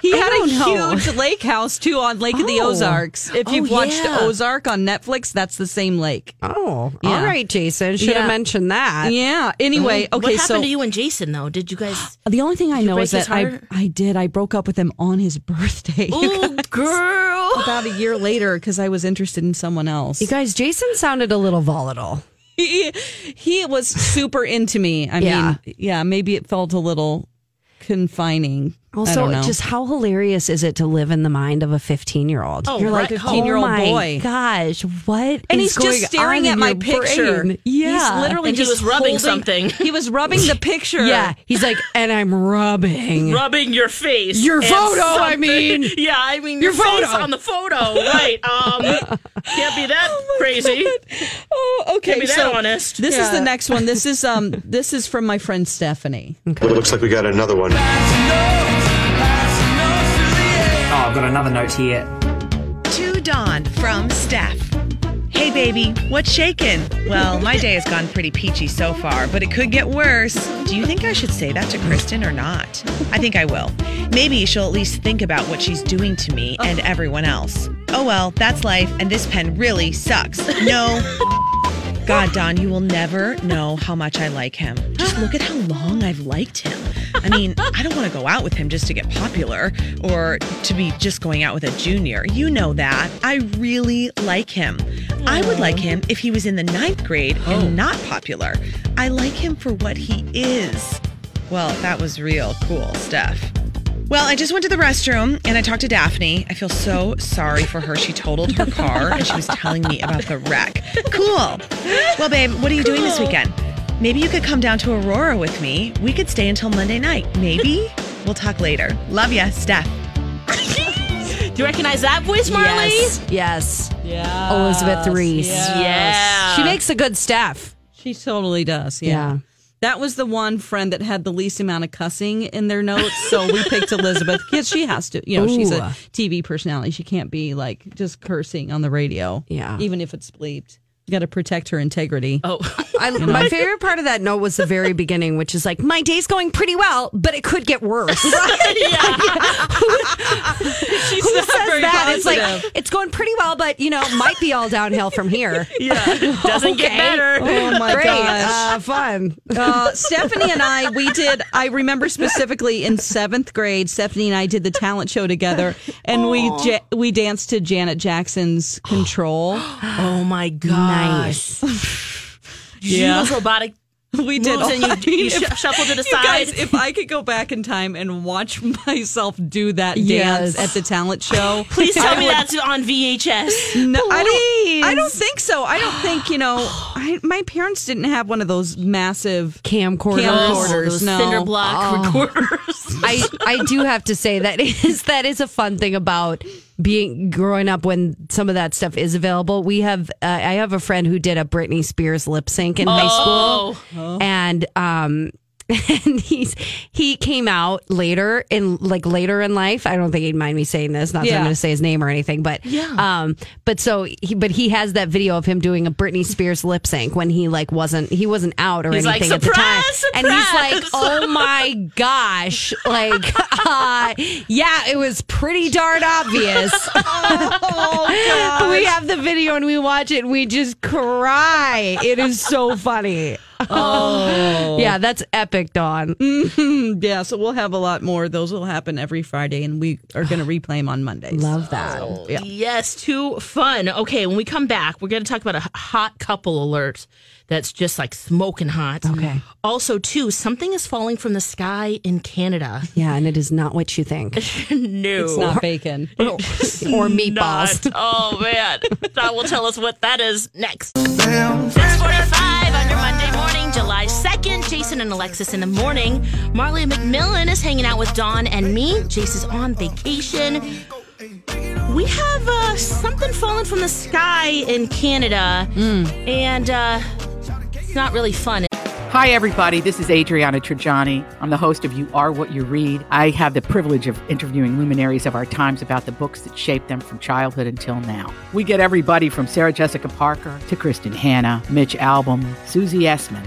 Speaker 4: He
Speaker 6: I
Speaker 4: had a
Speaker 6: don't know.
Speaker 4: huge lake house too on Lake of the
Speaker 6: Oh.
Speaker 4: Ozarks. If
Speaker 5: Oh,
Speaker 4: you've watched
Speaker 5: yeah.
Speaker 4: Ozark on Netflix, that's the same lake.
Speaker 6: Oh,
Speaker 4: Yeah.
Speaker 6: all right, Jason. Should
Speaker 4: Yeah.
Speaker 6: have mentioned that.
Speaker 4: Yeah. Anyway, okay.
Speaker 5: what happened
Speaker 4: so
Speaker 5: to you and Jason though? Did you guys?
Speaker 4: the only thing I
Speaker 5: you
Speaker 4: know
Speaker 5: break
Speaker 4: is
Speaker 5: his
Speaker 4: that I
Speaker 5: heart?
Speaker 4: I did I broke up with him on his [laughs] birthday.
Speaker 5: [laughs]
Speaker 4: you
Speaker 5: [gasps] Ooh,
Speaker 4: guys.
Speaker 5: girl.
Speaker 4: [laughs] about a year later because I was interested in someone else.
Speaker 6: You guys, Jason sounded a little volatile.
Speaker 4: He, he was super into me. I
Speaker 6: Yeah.
Speaker 4: mean, yeah, maybe it felt a little confining. I
Speaker 6: Also,
Speaker 4: don't know.
Speaker 6: just [laughs] how hilarious is it to live in the mind of a 15 year old?
Speaker 5: Oh,
Speaker 6: You're like,
Speaker 5: right.
Speaker 4: 15-year-old
Speaker 6: oh my
Speaker 4: boy."
Speaker 6: gosh, what?
Speaker 4: and he's
Speaker 6: is
Speaker 4: just
Speaker 6: going
Speaker 4: staring
Speaker 6: on
Speaker 4: at
Speaker 6: in
Speaker 4: my
Speaker 6: your
Speaker 4: picture.
Speaker 6: brain?
Speaker 4: he's
Speaker 6: Yeah.
Speaker 4: literally
Speaker 5: And he
Speaker 4: just
Speaker 5: was rubbing
Speaker 4: holding-
Speaker 5: something.
Speaker 4: He was rubbing the picture.
Speaker 6: Yeah. He's like, and I'm
Speaker 5: [laughs]
Speaker 6: rubbing.
Speaker 5: Rubbing your face.
Speaker 6: Your
Speaker 5: and
Speaker 6: photo, I
Speaker 5: something-
Speaker 6: mean.
Speaker 5: [laughs] Yeah, I mean your,
Speaker 6: Your
Speaker 5: face
Speaker 6: photo.
Speaker 5: on the photo. Right.
Speaker 6: [laughs]
Speaker 5: Um can't be that crazy.
Speaker 4: Oh, okay.
Speaker 5: Can't be that
Speaker 4: so
Speaker 5: honest.
Speaker 4: This is the
Speaker 5: Yeah.
Speaker 4: next one. This is
Speaker 6: [laughs]
Speaker 4: um. This is from my friend Stephanie.
Speaker 1: It looks like we got another one.
Speaker 12: Oh, I've got another note here.
Speaker 13: To Dawn from Steph. Hey baby, what's shaking? Well, my day has gone pretty peachy so far, but it could get worse. Do you think I should say that to Kristen or not? I think I will. Maybe she'll at least think about what she's doing to me and everyone else. Oh well, that's life, and this pen really sucks. No. God, Don, you will never know how much I like him. Just look at how long I've liked him. I mean, I don't want to go out with him just to get popular or to be just going out with a junior. You know that. I really like him. I would like him if he was in the ninth grade and not popular. I like him for what he is. Well, that was real cool stuff. Well, I just went to the restroom and I talked to Daphne. I feel so sorry for her. She totaled her car and she was telling me about the wreck. Cool. Well, babe, what are you doing this weekend? Maybe you could come down to Aurora with me. We could stay until Monday night. Maybe? We'll talk later. Love ya, Steph.
Speaker 5: Do you recognize that voice, Marley?
Speaker 6: Yes. Yes.
Speaker 4: Yeah.
Speaker 6: Elizabeth Reese.
Speaker 5: Yeah.
Speaker 6: She makes a good staff.
Speaker 4: She totally does.
Speaker 6: Yeah.
Speaker 4: yeah. That was the one friend that had the least amount of cussing in their notes, so we picked Elizabeth because she has to. You know, she's a
Speaker 6: Ooh.
Speaker 4: TV personality; she can't be like just cursing on the radio.
Speaker 6: Yeah.
Speaker 4: even if it's bleeped. got to protect her integrity.
Speaker 5: Oh,
Speaker 6: [laughs] I,
Speaker 4: You know?
Speaker 6: my favorite part of that note was the very beginning, which is like, my day's going pretty well, but it could get [laughs] worse.
Speaker 5: She's
Speaker 6: Who
Speaker 5: not
Speaker 6: says
Speaker 5: very
Speaker 6: that? It's
Speaker 5: positive.
Speaker 6: like it's going pretty well, but you know, might be all downhill from [laughs] here.
Speaker 5: Yeah, doesn't get
Speaker 6: Okay.
Speaker 5: better.
Speaker 4: Oh my
Speaker 6: Great.
Speaker 4: gosh.
Speaker 6: Uh, fun.
Speaker 4: Uh, Stephanie and I, we did, I remember specifically in seventh grade, Stephanie and I did the talent show together and we ja- we danced to Janet Jackson's Control.
Speaker 5: Oh my gosh. Did you do
Speaker 4: Yeah.
Speaker 5: those [laughs] robotic
Speaker 4: We did.
Speaker 5: moves and [laughs] you, you
Speaker 4: If-
Speaker 5: shu- shuffled it
Speaker 4: You
Speaker 5: aside.
Speaker 4: guys, if I could go back in time and watch [laughs] myself do that
Speaker 6: Yes.
Speaker 4: dance at the talent show,
Speaker 5: Please tell
Speaker 4: I
Speaker 5: me
Speaker 4: would-
Speaker 5: that's on VHS.
Speaker 4: No, I don't. I
Speaker 6: Please.
Speaker 4: don't think so. I don't think you know. I, my parents didn't have one of those massive
Speaker 6: Camcorder.
Speaker 4: camcorders.
Speaker 5: those
Speaker 4: no,
Speaker 5: cinder block recorders.
Speaker 6: I I do have to say that [laughs] is that is a fun thing about being growing up when some of that stuff is available. We have uh, I have a friend who did a Britney Spears lip sync in high
Speaker 5: Oh.
Speaker 6: school, and um. [laughs] And he's he came out later in like later in life. I don't think he'd mind me saying this. Not that I'm
Speaker 4: Yeah.
Speaker 6: going to say his name or anything, but
Speaker 5: Yeah.
Speaker 6: Um, but so he but he has that video of him doing a Britney Spears lip sync when he like wasn't he wasn't out or
Speaker 5: He's like,
Speaker 6: anything at the time,
Speaker 5: "Surprise,
Speaker 6: and he's like,
Speaker 5: surprise."
Speaker 6: oh my gosh, like, uh, yeah, it was pretty darn [laughs] obvious. Oh, [laughs] we have the video and we watch it. And we just cry. It is so funny.
Speaker 4: Oh,
Speaker 6: Yeah, that's epic, Dawn. Mm.
Speaker 4: yeah. So we'll have a lot more. Those will happen every Friday, and we are going to replay them on Mondays.
Speaker 6: Love that.
Speaker 4: Yeah.
Speaker 5: [laughs] Yes, too fun. Okay, when we come back, we're going to talk about a h- hot couple alert that's just like smoking hot.
Speaker 6: Okay.
Speaker 5: Also, too, something is falling from the sky in Canada. [laughs]
Speaker 6: Yeah, and it is not what you think.
Speaker 5: no.
Speaker 4: It's not bacon.
Speaker 6: Or meatballs.
Speaker 5: Not. Oh man, Don will tell us what that is next. Six forty-five on your Monday morning, July second. Jason and Alexis in the morning. Marley McMillan is hanging out with Dawn and me. Jason's on vacation. We have uh, something falling from the sky in Canada, and uh, it's not really fun.
Speaker 11: Hi, everybody. This is Adriana Trajani. I'm the host of You Are What You Read. I have the privilege of interviewing luminaries of our times about the books that shaped them from childhood until now. We get everybody from Sarah Jessica Parker to Kristen Hanna, Mitch Albom, Susie Essman,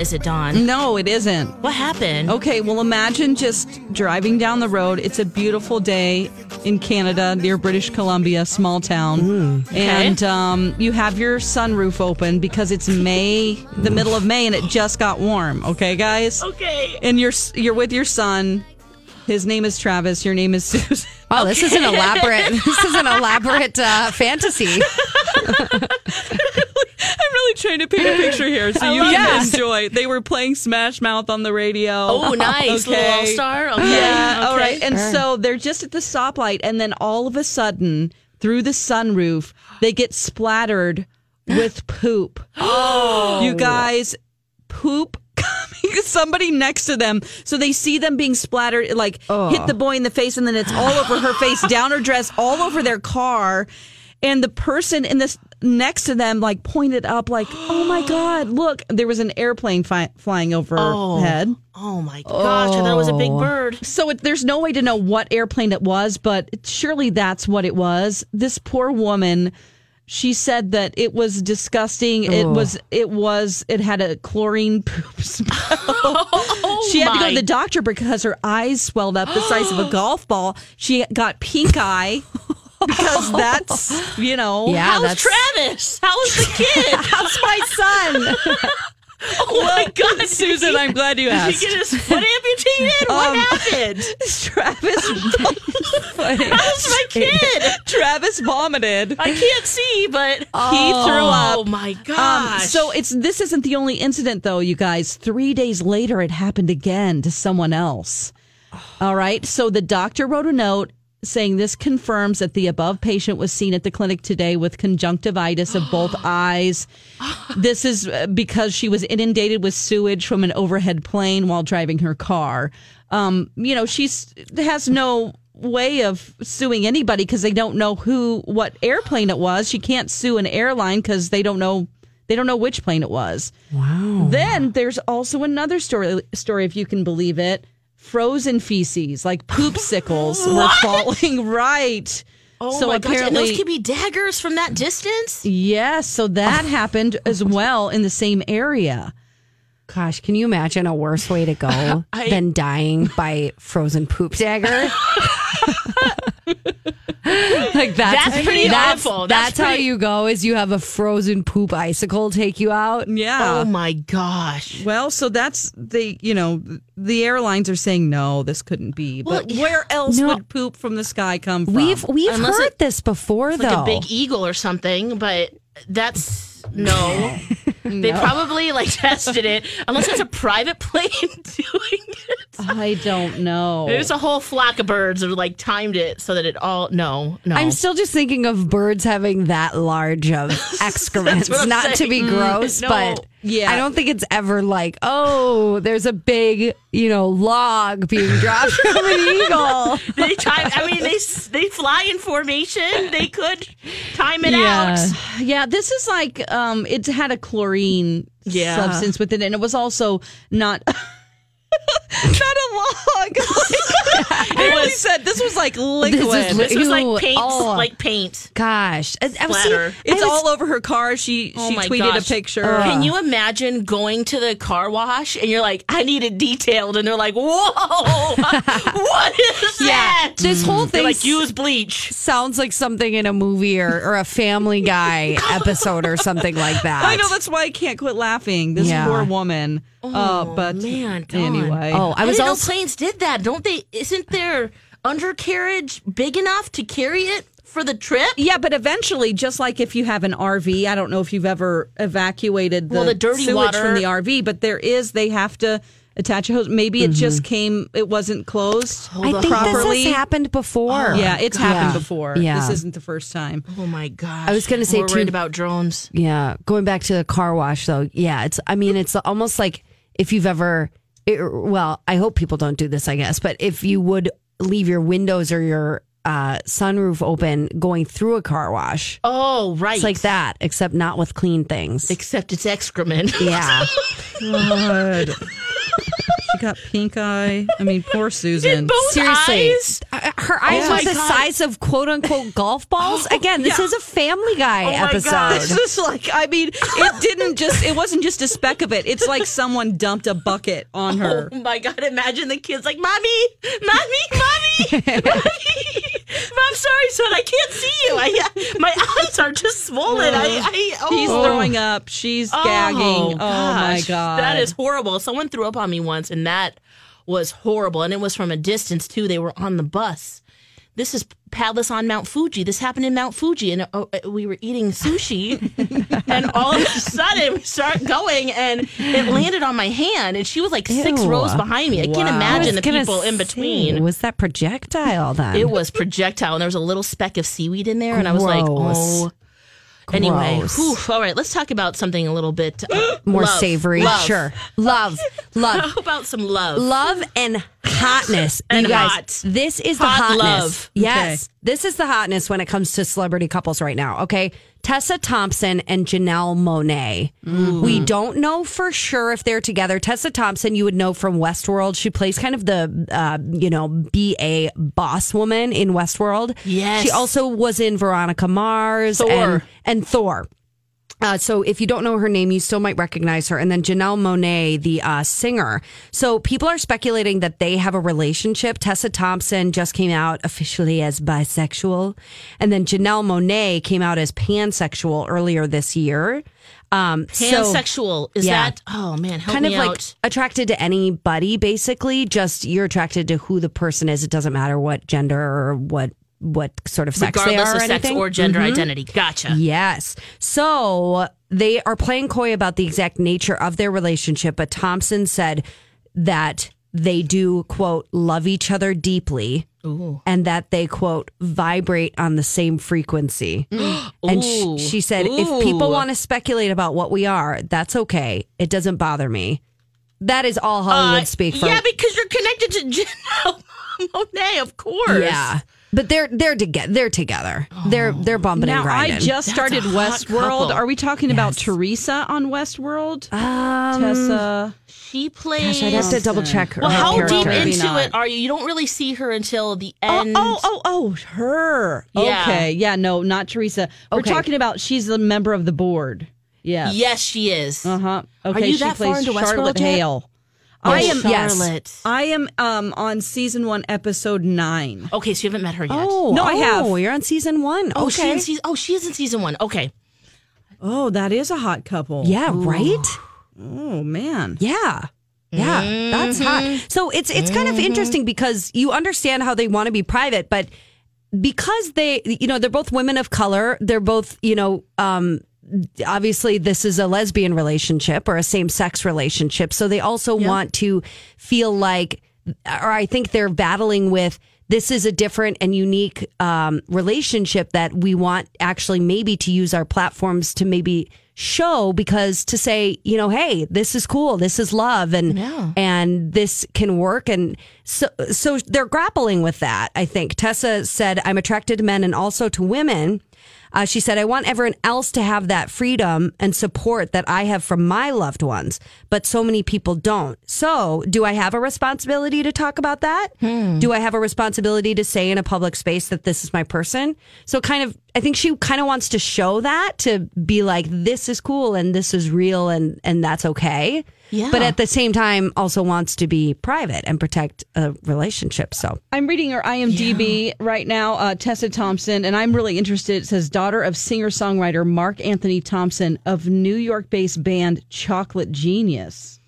Speaker 5: Is it Dawn?
Speaker 4: No, it isn't.
Speaker 5: What happened?
Speaker 4: Okay, well, imagine just driving down the road. It's a beautiful day in Canada, near British Columbia, small town. And um, you have your sunroof open because it's May, the middle of May, and it just got warm. Okay, guys?
Speaker 5: Okay.
Speaker 4: And you're, s- you're with your son. His name is Travis. Your name is [laughs] Susan.
Speaker 6: Oh, this is an elaborate. This [laughs] is an elaborate uh, fantasy.
Speaker 4: I'm really trying to paint a picture here
Speaker 5: [laughs]
Speaker 4: so you
Speaker 5: love
Speaker 4: can
Speaker 5: this.
Speaker 4: enjoy. They were playing Smash Mouth on the radio. [laughs]
Speaker 5: Oh, nice little all star.
Speaker 4: [gasps]
Speaker 5: Okay.
Speaker 4: Yeah.
Speaker 5: okay.
Speaker 4: All right. And
Speaker 6: Sure.
Speaker 4: so they're just at the stoplight, and then all of a sudden, through the sunroof, they get splattered [gasps] with poop. Oh, you guys, poop. [laughs] coming Somebody next to them, so they see them being splattered, it, like hit the boy in the face, and then it's all over her face, [laughs] down her dress, all over their car, and the person in this next to them like pointed up, like, "Oh my god, look!" There was an airplane fi- flying overhead.
Speaker 5: Oh my gosh, I thought it was a big bird.
Speaker 4: So it, there's no way to know what airplane it was, but surely that's what it was. This poor woman, she said that it was disgusting. It was, it was, it had a chlorine [laughs] poop
Speaker 5: [laughs]
Speaker 4: smell. she had to go
Speaker 5: Oh my.
Speaker 4: to the doctor because her eyes swelled up the size
Speaker 5: [gasps]
Speaker 4: of a golf ball. She got pink eye
Speaker 5: [laughs]
Speaker 4: because that's, you know,
Speaker 6: Yeah,
Speaker 5: How's
Speaker 6: that's-
Speaker 5: Travis? [laughs] How's the kid?
Speaker 4: that's my son. [laughs]
Speaker 5: oh my god,
Speaker 4: Susan, I'm glad you
Speaker 5: Did
Speaker 4: asked.
Speaker 5: he get his foot amputated? What
Speaker 4: Um,
Speaker 5: happened?
Speaker 4: [laughs]
Speaker 5: [laughs]
Speaker 4: Travis. [laughs]
Speaker 5: How's my kid? Oh
Speaker 4: Travis vomited.
Speaker 5: I can't see, but he
Speaker 4: threw up.
Speaker 5: Oh my gosh!
Speaker 4: Um, so it's this isn't the only incident though, you guys. Three days later, it happened again to someone
Speaker 5: [sighs]
Speaker 4: else. All right. So the doctor wrote a note saying this confirms that the above patient was seen at the clinic today with conjunctivitis of
Speaker 5: [gasps]
Speaker 4: both eyes. This is uh, because she was inundated with sewage from an overhead plane while driving her car. Um, you know, she's has no way of suing anybody because they don't know who what airplane it was. She can't sue an airline because they don't know They don't know which plane it was.
Speaker 6: Wow.
Speaker 4: Then there's also another story story if you can believe it. Frozen feces, like poop sickles, were
Speaker 5: [laughs] What?
Speaker 4: falling [laughs] right.
Speaker 5: Oh
Speaker 4: so
Speaker 5: my gosh, and
Speaker 4: apparently,
Speaker 5: those could be daggers from that distance.
Speaker 4: yes. So that happened as well in the same area.
Speaker 6: Gosh, can you imagine a worse way to go
Speaker 5: [laughs] I-
Speaker 6: than dying by frozen poop
Speaker 5: [laughs]
Speaker 6: dagger? like that's,
Speaker 5: That's pretty
Speaker 6: that's,
Speaker 5: awful. That's
Speaker 6: how
Speaker 5: pretty-
Speaker 6: you go is you have a frozen poop icicle take you out.
Speaker 4: Yeah.
Speaker 5: Oh my gosh.
Speaker 4: Well, so that's the you know the airlines are saying no, this couldn't be. But
Speaker 5: Well, yeah.
Speaker 4: where else
Speaker 6: No.
Speaker 4: would poop from the sky come from?
Speaker 6: We've we've
Speaker 5: Unless
Speaker 6: heard
Speaker 5: it-
Speaker 6: this before
Speaker 5: It's
Speaker 6: though.
Speaker 5: like a big eagle or something, but that's [laughs] no. They
Speaker 4: No.
Speaker 5: probably like [laughs] tested it, unless it's a private [laughs] plane doing it.
Speaker 4: I don't [laughs] know.
Speaker 5: There's a whole flock of birds who like timed it so that it all no no.
Speaker 6: I'm still just thinking of birds having that
Speaker 5: [laughs]
Speaker 6: large of excrements.
Speaker 5: what I'm
Speaker 6: Not to
Speaker 5: saying.
Speaker 6: be
Speaker 5: Mm,
Speaker 6: gross,
Speaker 5: no,
Speaker 6: but
Speaker 4: yeah.
Speaker 6: I don't think it's ever like, oh, there's a big, you know, log being dropped
Speaker 5: [laughs]
Speaker 6: from an eagle.
Speaker 5: [laughs] they time. I mean, they s- they fly in formation. They could time it
Speaker 6: Yeah.
Speaker 5: out.
Speaker 4: Yeah, this is like um it had a chlorine
Speaker 5: Yeah.
Speaker 4: substance within it and it was also not [laughs] not a log. [laughs] it
Speaker 5: was-
Speaker 4: said this was like liquid.
Speaker 5: This was
Speaker 6: Ew,
Speaker 5: like paint,
Speaker 6: oh.
Speaker 5: like paint.
Speaker 6: Gosh. I, I was seeing-
Speaker 5: Splatter.
Speaker 6: I
Speaker 4: it's
Speaker 6: was-
Speaker 4: all over her car. She
Speaker 5: Oh
Speaker 4: she
Speaker 5: my
Speaker 4: tweeted
Speaker 5: gosh.
Speaker 4: a picture.
Speaker 5: Can you imagine going to the car wash and you're like, I need it detailed, and they're like, Whoa, [laughs] what is
Speaker 6: Yeah,
Speaker 5: that?
Speaker 4: Mm.
Speaker 6: this whole
Speaker 5: They're
Speaker 6: thing
Speaker 5: like use bleach.
Speaker 6: sounds like something in a movie or, or a Family Guy episode or something like that.
Speaker 4: I know that's why I can't quit laughing. This
Speaker 6: Yeah.
Speaker 4: poor woman. uh, but
Speaker 5: man, Dawn.
Speaker 4: anyway.
Speaker 6: Oh, I
Speaker 5: I
Speaker 6: was
Speaker 5: didn't
Speaker 6: also
Speaker 5: know planes did that. Don't they? Isn't their undercarriage big enough to carry it for the trip?
Speaker 4: Yeah, but eventually, just like if you have an RV, I don't know if you've ever evacuated the,
Speaker 5: Well, the dirty
Speaker 4: sewage
Speaker 5: water-
Speaker 4: from the RV, but there is they have to attach a hose. Maybe it just came; it wasn't closed
Speaker 5: Oh,
Speaker 6: I think
Speaker 4: properly. Oh,
Speaker 6: this has happened before.
Speaker 4: yeah, it's happened before.
Speaker 6: Yeah.
Speaker 4: This isn't the first time.
Speaker 5: Oh my gosh!
Speaker 6: I was gonna say
Speaker 5: We're worried
Speaker 6: too-
Speaker 5: about drones.
Speaker 6: Yeah, going back to the car wash though. Yeah, it's I mean it's almost like if you've ever it, well, I hope people don't do this, I guess, but if you would leave your windows or your uh, sunroof open going through a car wash.
Speaker 5: Oh right,
Speaker 6: It's like that, except not with clean things.
Speaker 5: [laughs] Except it's excrement. [laughs]
Speaker 6: Yeah.
Speaker 4: God, she got pink eye. I mean, [laughs] poor Susan.
Speaker 5: both
Speaker 6: Seriously.
Speaker 5: eyes.
Speaker 6: Uh, [laughs] Her eyes
Speaker 5: Oh
Speaker 6: were
Speaker 5: my
Speaker 6: the
Speaker 5: God. Oh,
Speaker 6: size of quote unquote golf
Speaker 5: [laughs]
Speaker 6: balls. Again, this
Speaker 5: Yeah.
Speaker 6: is a Family Guy
Speaker 5: Oh my
Speaker 6: episode.
Speaker 5: God.
Speaker 4: This is like, I mean, it didn't just, it wasn't just a speck of it. It's like someone dumped a bucket on her.
Speaker 5: Oh my god! Imagine the kids like, "Mommy, mommy, mommy,
Speaker 4: [laughs]
Speaker 5: mommy." [laughs] I'm sorry, son. I can't see you. I, my eyes are just swollen. I, I oh.
Speaker 4: He's throwing up. She's gagging. Oh my
Speaker 5: gosh.
Speaker 4: god,
Speaker 5: that is horrible. Someone threw up on me once, and that was horrible. And it was from a distance too. They were on the bus. This is Palace on Mount Fuji. This happened in Mount Fuji, and uh, uh, we were eating sushi, and all of a sudden we start going, and it landed on my hand, and she was like six
Speaker 6: Ew.
Speaker 5: rows behind me. I can't
Speaker 6: I was
Speaker 5: imagine the
Speaker 6: gonna
Speaker 5: people in
Speaker 6: say,
Speaker 5: between.
Speaker 6: Was that projectile then?
Speaker 5: It was projectile, and there was a little speck of seaweed in there, and I was like,
Speaker 6: Gross.
Speaker 5: oh. Anyway,
Speaker 6: Gross.
Speaker 5: whew, all right, let's talk about something a little bit uh,
Speaker 6: [gasps] More
Speaker 5: love,
Speaker 6: savory.
Speaker 5: love.
Speaker 6: Sure. Love. [laughs] Love.
Speaker 5: [laughs] How about some love?
Speaker 6: love and hotness.
Speaker 5: [laughs] And
Speaker 6: you guys,
Speaker 5: hot.
Speaker 6: This is
Speaker 5: Hot
Speaker 6: the hotness.
Speaker 5: love.
Speaker 6: Yes. This is the hotness when it comes to celebrity couples right now. Okay. Tessa Thompson and Janelle Monet. We don't know for sure if they're together. Tessa Thompson, you would know from Westworld. She plays kind of the, uh, you know, BA boss woman in Westworld.
Speaker 5: Yes.
Speaker 6: She also was in Veronica Mars and,
Speaker 5: Thor.
Speaker 6: and Thor. Uh, so if you don't know her name, you still might recognize her. And then Janelle Monet, the uh, singer. So people are speculating that they have a relationship. Tessa Thompson just came out officially as bisexual. And then Janelle Monet came out as pansexual earlier this year. Um, so-
Speaker 5: Pansexual is
Speaker 6: Yeah.
Speaker 5: that? Oh man, help
Speaker 6: kind of
Speaker 5: me
Speaker 6: like
Speaker 5: out.
Speaker 6: attracted to anybody basically just you're attracted to who the person is it doesn't matter what gender or what what sort of sex they
Speaker 5: Regardless
Speaker 6: are
Speaker 5: of
Speaker 6: or
Speaker 5: sex
Speaker 6: anything.
Speaker 5: or gender
Speaker 6: Mhm.
Speaker 5: identity. Gotcha.
Speaker 6: Yes. So they are playing coy about the exact nature of their relationship, but Thompson said that they do, quote, love each other deeply and that they, quote, vibrate on the same
Speaker 4: [gasps]
Speaker 6: frequency. and she,
Speaker 5: Ooh.
Speaker 6: she said, if people
Speaker 5: Ooh.
Speaker 6: want to speculate about what we are, that's okay. It doesn't bother me. That is all
Speaker 5: Uh,
Speaker 6: Hollywood speak
Speaker 5: [laughs]
Speaker 6: for.
Speaker 5: yeah, because you're connected to Janelle Monet, of course.
Speaker 6: Yeah. But they're they're together. They're together. They're they're bumping
Speaker 4: Oh. now
Speaker 6: and grinding.
Speaker 4: I just started Westworld. Are we talking about Teresa on Westworld?
Speaker 6: Um,
Speaker 4: Tessa.
Speaker 5: She plays.
Speaker 6: Gosh, I'd have to double check her
Speaker 5: Well, how
Speaker 6: character.
Speaker 5: deep
Speaker 6: Maybe
Speaker 5: into
Speaker 6: not.
Speaker 5: it are you? You don't really see her until the
Speaker 4: Oh,
Speaker 5: end.
Speaker 4: oh, oh, oh, her.
Speaker 5: Yeah.
Speaker 4: Okay. Yeah, no, not Teresa. We're
Speaker 5: Okay.
Speaker 4: talking about she's a member of the board. Yeah.
Speaker 5: Yes, she is.
Speaker 6: Uh-huh.
Speaker 4: Uh huh. Okay.
Speaker 5: Are you
Speaker 4: she
Speaker 5: that far
Speaker 4: plays
Speaker 5: into
Speaker 4: Charlotte
Speaker 5: Westworld yet?
Speaker 4: Hale.
Speaker 5: Oh,
Speaker 4: I am
Speaker 5: Charlotte.
Speaker 4: Yes, I am um on season one, episode nine.
Speaker 5: Okay, so you haven't met her yet.
Speaker 4: Oh no, I have.
Speaker 6: Oh, you're on season one.
Speaker 5: Oh, she
Speaker 6: okay.
Speaker 5: in season, oh, she is in season one.
Speaker 6: [laughs]
Speaker 5: Okay.
Speaker 4: Oh, that is a hot couple.
Speaker 6: yeah. Right.
Speaker 4: Oh man.
Speaker 6: Yeah. Yeah, that's
Speaker 5: Mm-hmm.
Speaker 6: hot. So it's it's kind of interesting because you understand how they want to be private, but because they you know, they're both women of color, they're both, you know, um obviously this is a lesbian relationship or a same-sex relationship. So they also want to feel like or I think they're battling with this is a different and unique um, relationship that we want actually maybe to use our platforms to maybe show because to say you know hey this is cool this is love and and this can work and so so they're grappling with that i think tessa said i'm attracted to men and also to women uh, she said, I want everyone else to have that freedom and support that I have from my loved ones, but so many people don't. So, do I have a responsibility to talk about that? Do I have a responsibility to say in a public space that this is my person? So, kind of, I think she kind of wants to show that to be like, this is cool and this is real and, and that's okay.
Speaker 5: Yeah.
Speaker 6: But at the same time, also wants to be private and protect a relationship. So,
Speaker 4: I'm reading her IMDb right now, uh, Tessa Thompson, and I'm really interested. It says daughter of singer songwriter Mark Anthony Thompson of New York based band Chocolate Genius.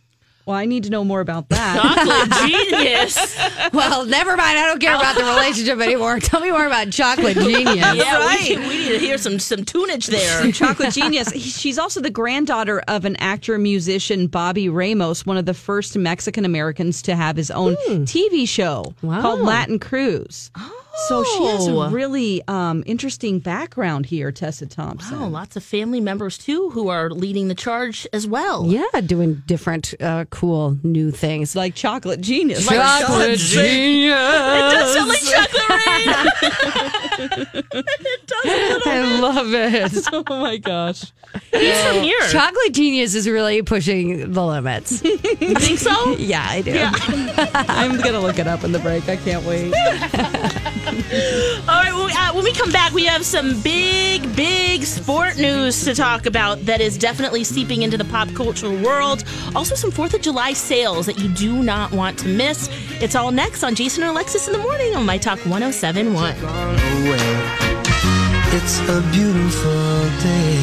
Speaker 4: Well, I need to know more about that.
Speaker 5: [laughs] Chocolate genius.
Speaker 6: well, never mind. I don't care about the relationship anymore. Tell me more about chocolate genius.
Speaker 5: Yeah, we,
Speaker 4: right.
Speaker 5: [laughs] we need to hear some some tunage
Speaker 6: [laughs]
Speaker 4: [laughs]
Speaker 5: there.
Speaker 4: Chocolate Genius. He- She's also the granddaughter of an actor musician Bobby Ramos, one of the first Mexican Americans to have his own
Speaker 5: Hmm.
Speaker 4: TV show called Latin Cruise. So she has a
Speaker 5: Oh.
Speaker 4: really um, interesting background here, Tessa Thompson.
Speaker 5: Oh, lots of family members too who are leading the charge as well.
Speaker 6: Yeah, doing different, uh, cool, new things.
Speaker 4: Like chocolate genius. Oh [laughs]
Speaker 5: Like Chocolate
Speaker 6: [laughs]
Speaker 5: It
Speaker 6: genius.
Speaker 5: does sound like chocolate rain.
Speaker 6: [laughs] I love it.
Speaker 4: oh my gosh.
Speaker 5: He's from here.
Speaker 6: Chocolate genius is really pushing the limits.
Speaker 5: you think so?
Speaker 6: [laughs] yeah, I do.
Speaker 4: I'm going to look it up in the break. I can't wait.
Speaker 5: All right, well, uh, when we come back, we have some big, big sport news to talk about that is definitely seeping into the pop culture world. Also, some 4th of July sales that you do not want to miss. It's all next on Jason and Alexis in the morning on My Talk 1071.
Speaker 1: It's a beautiful day.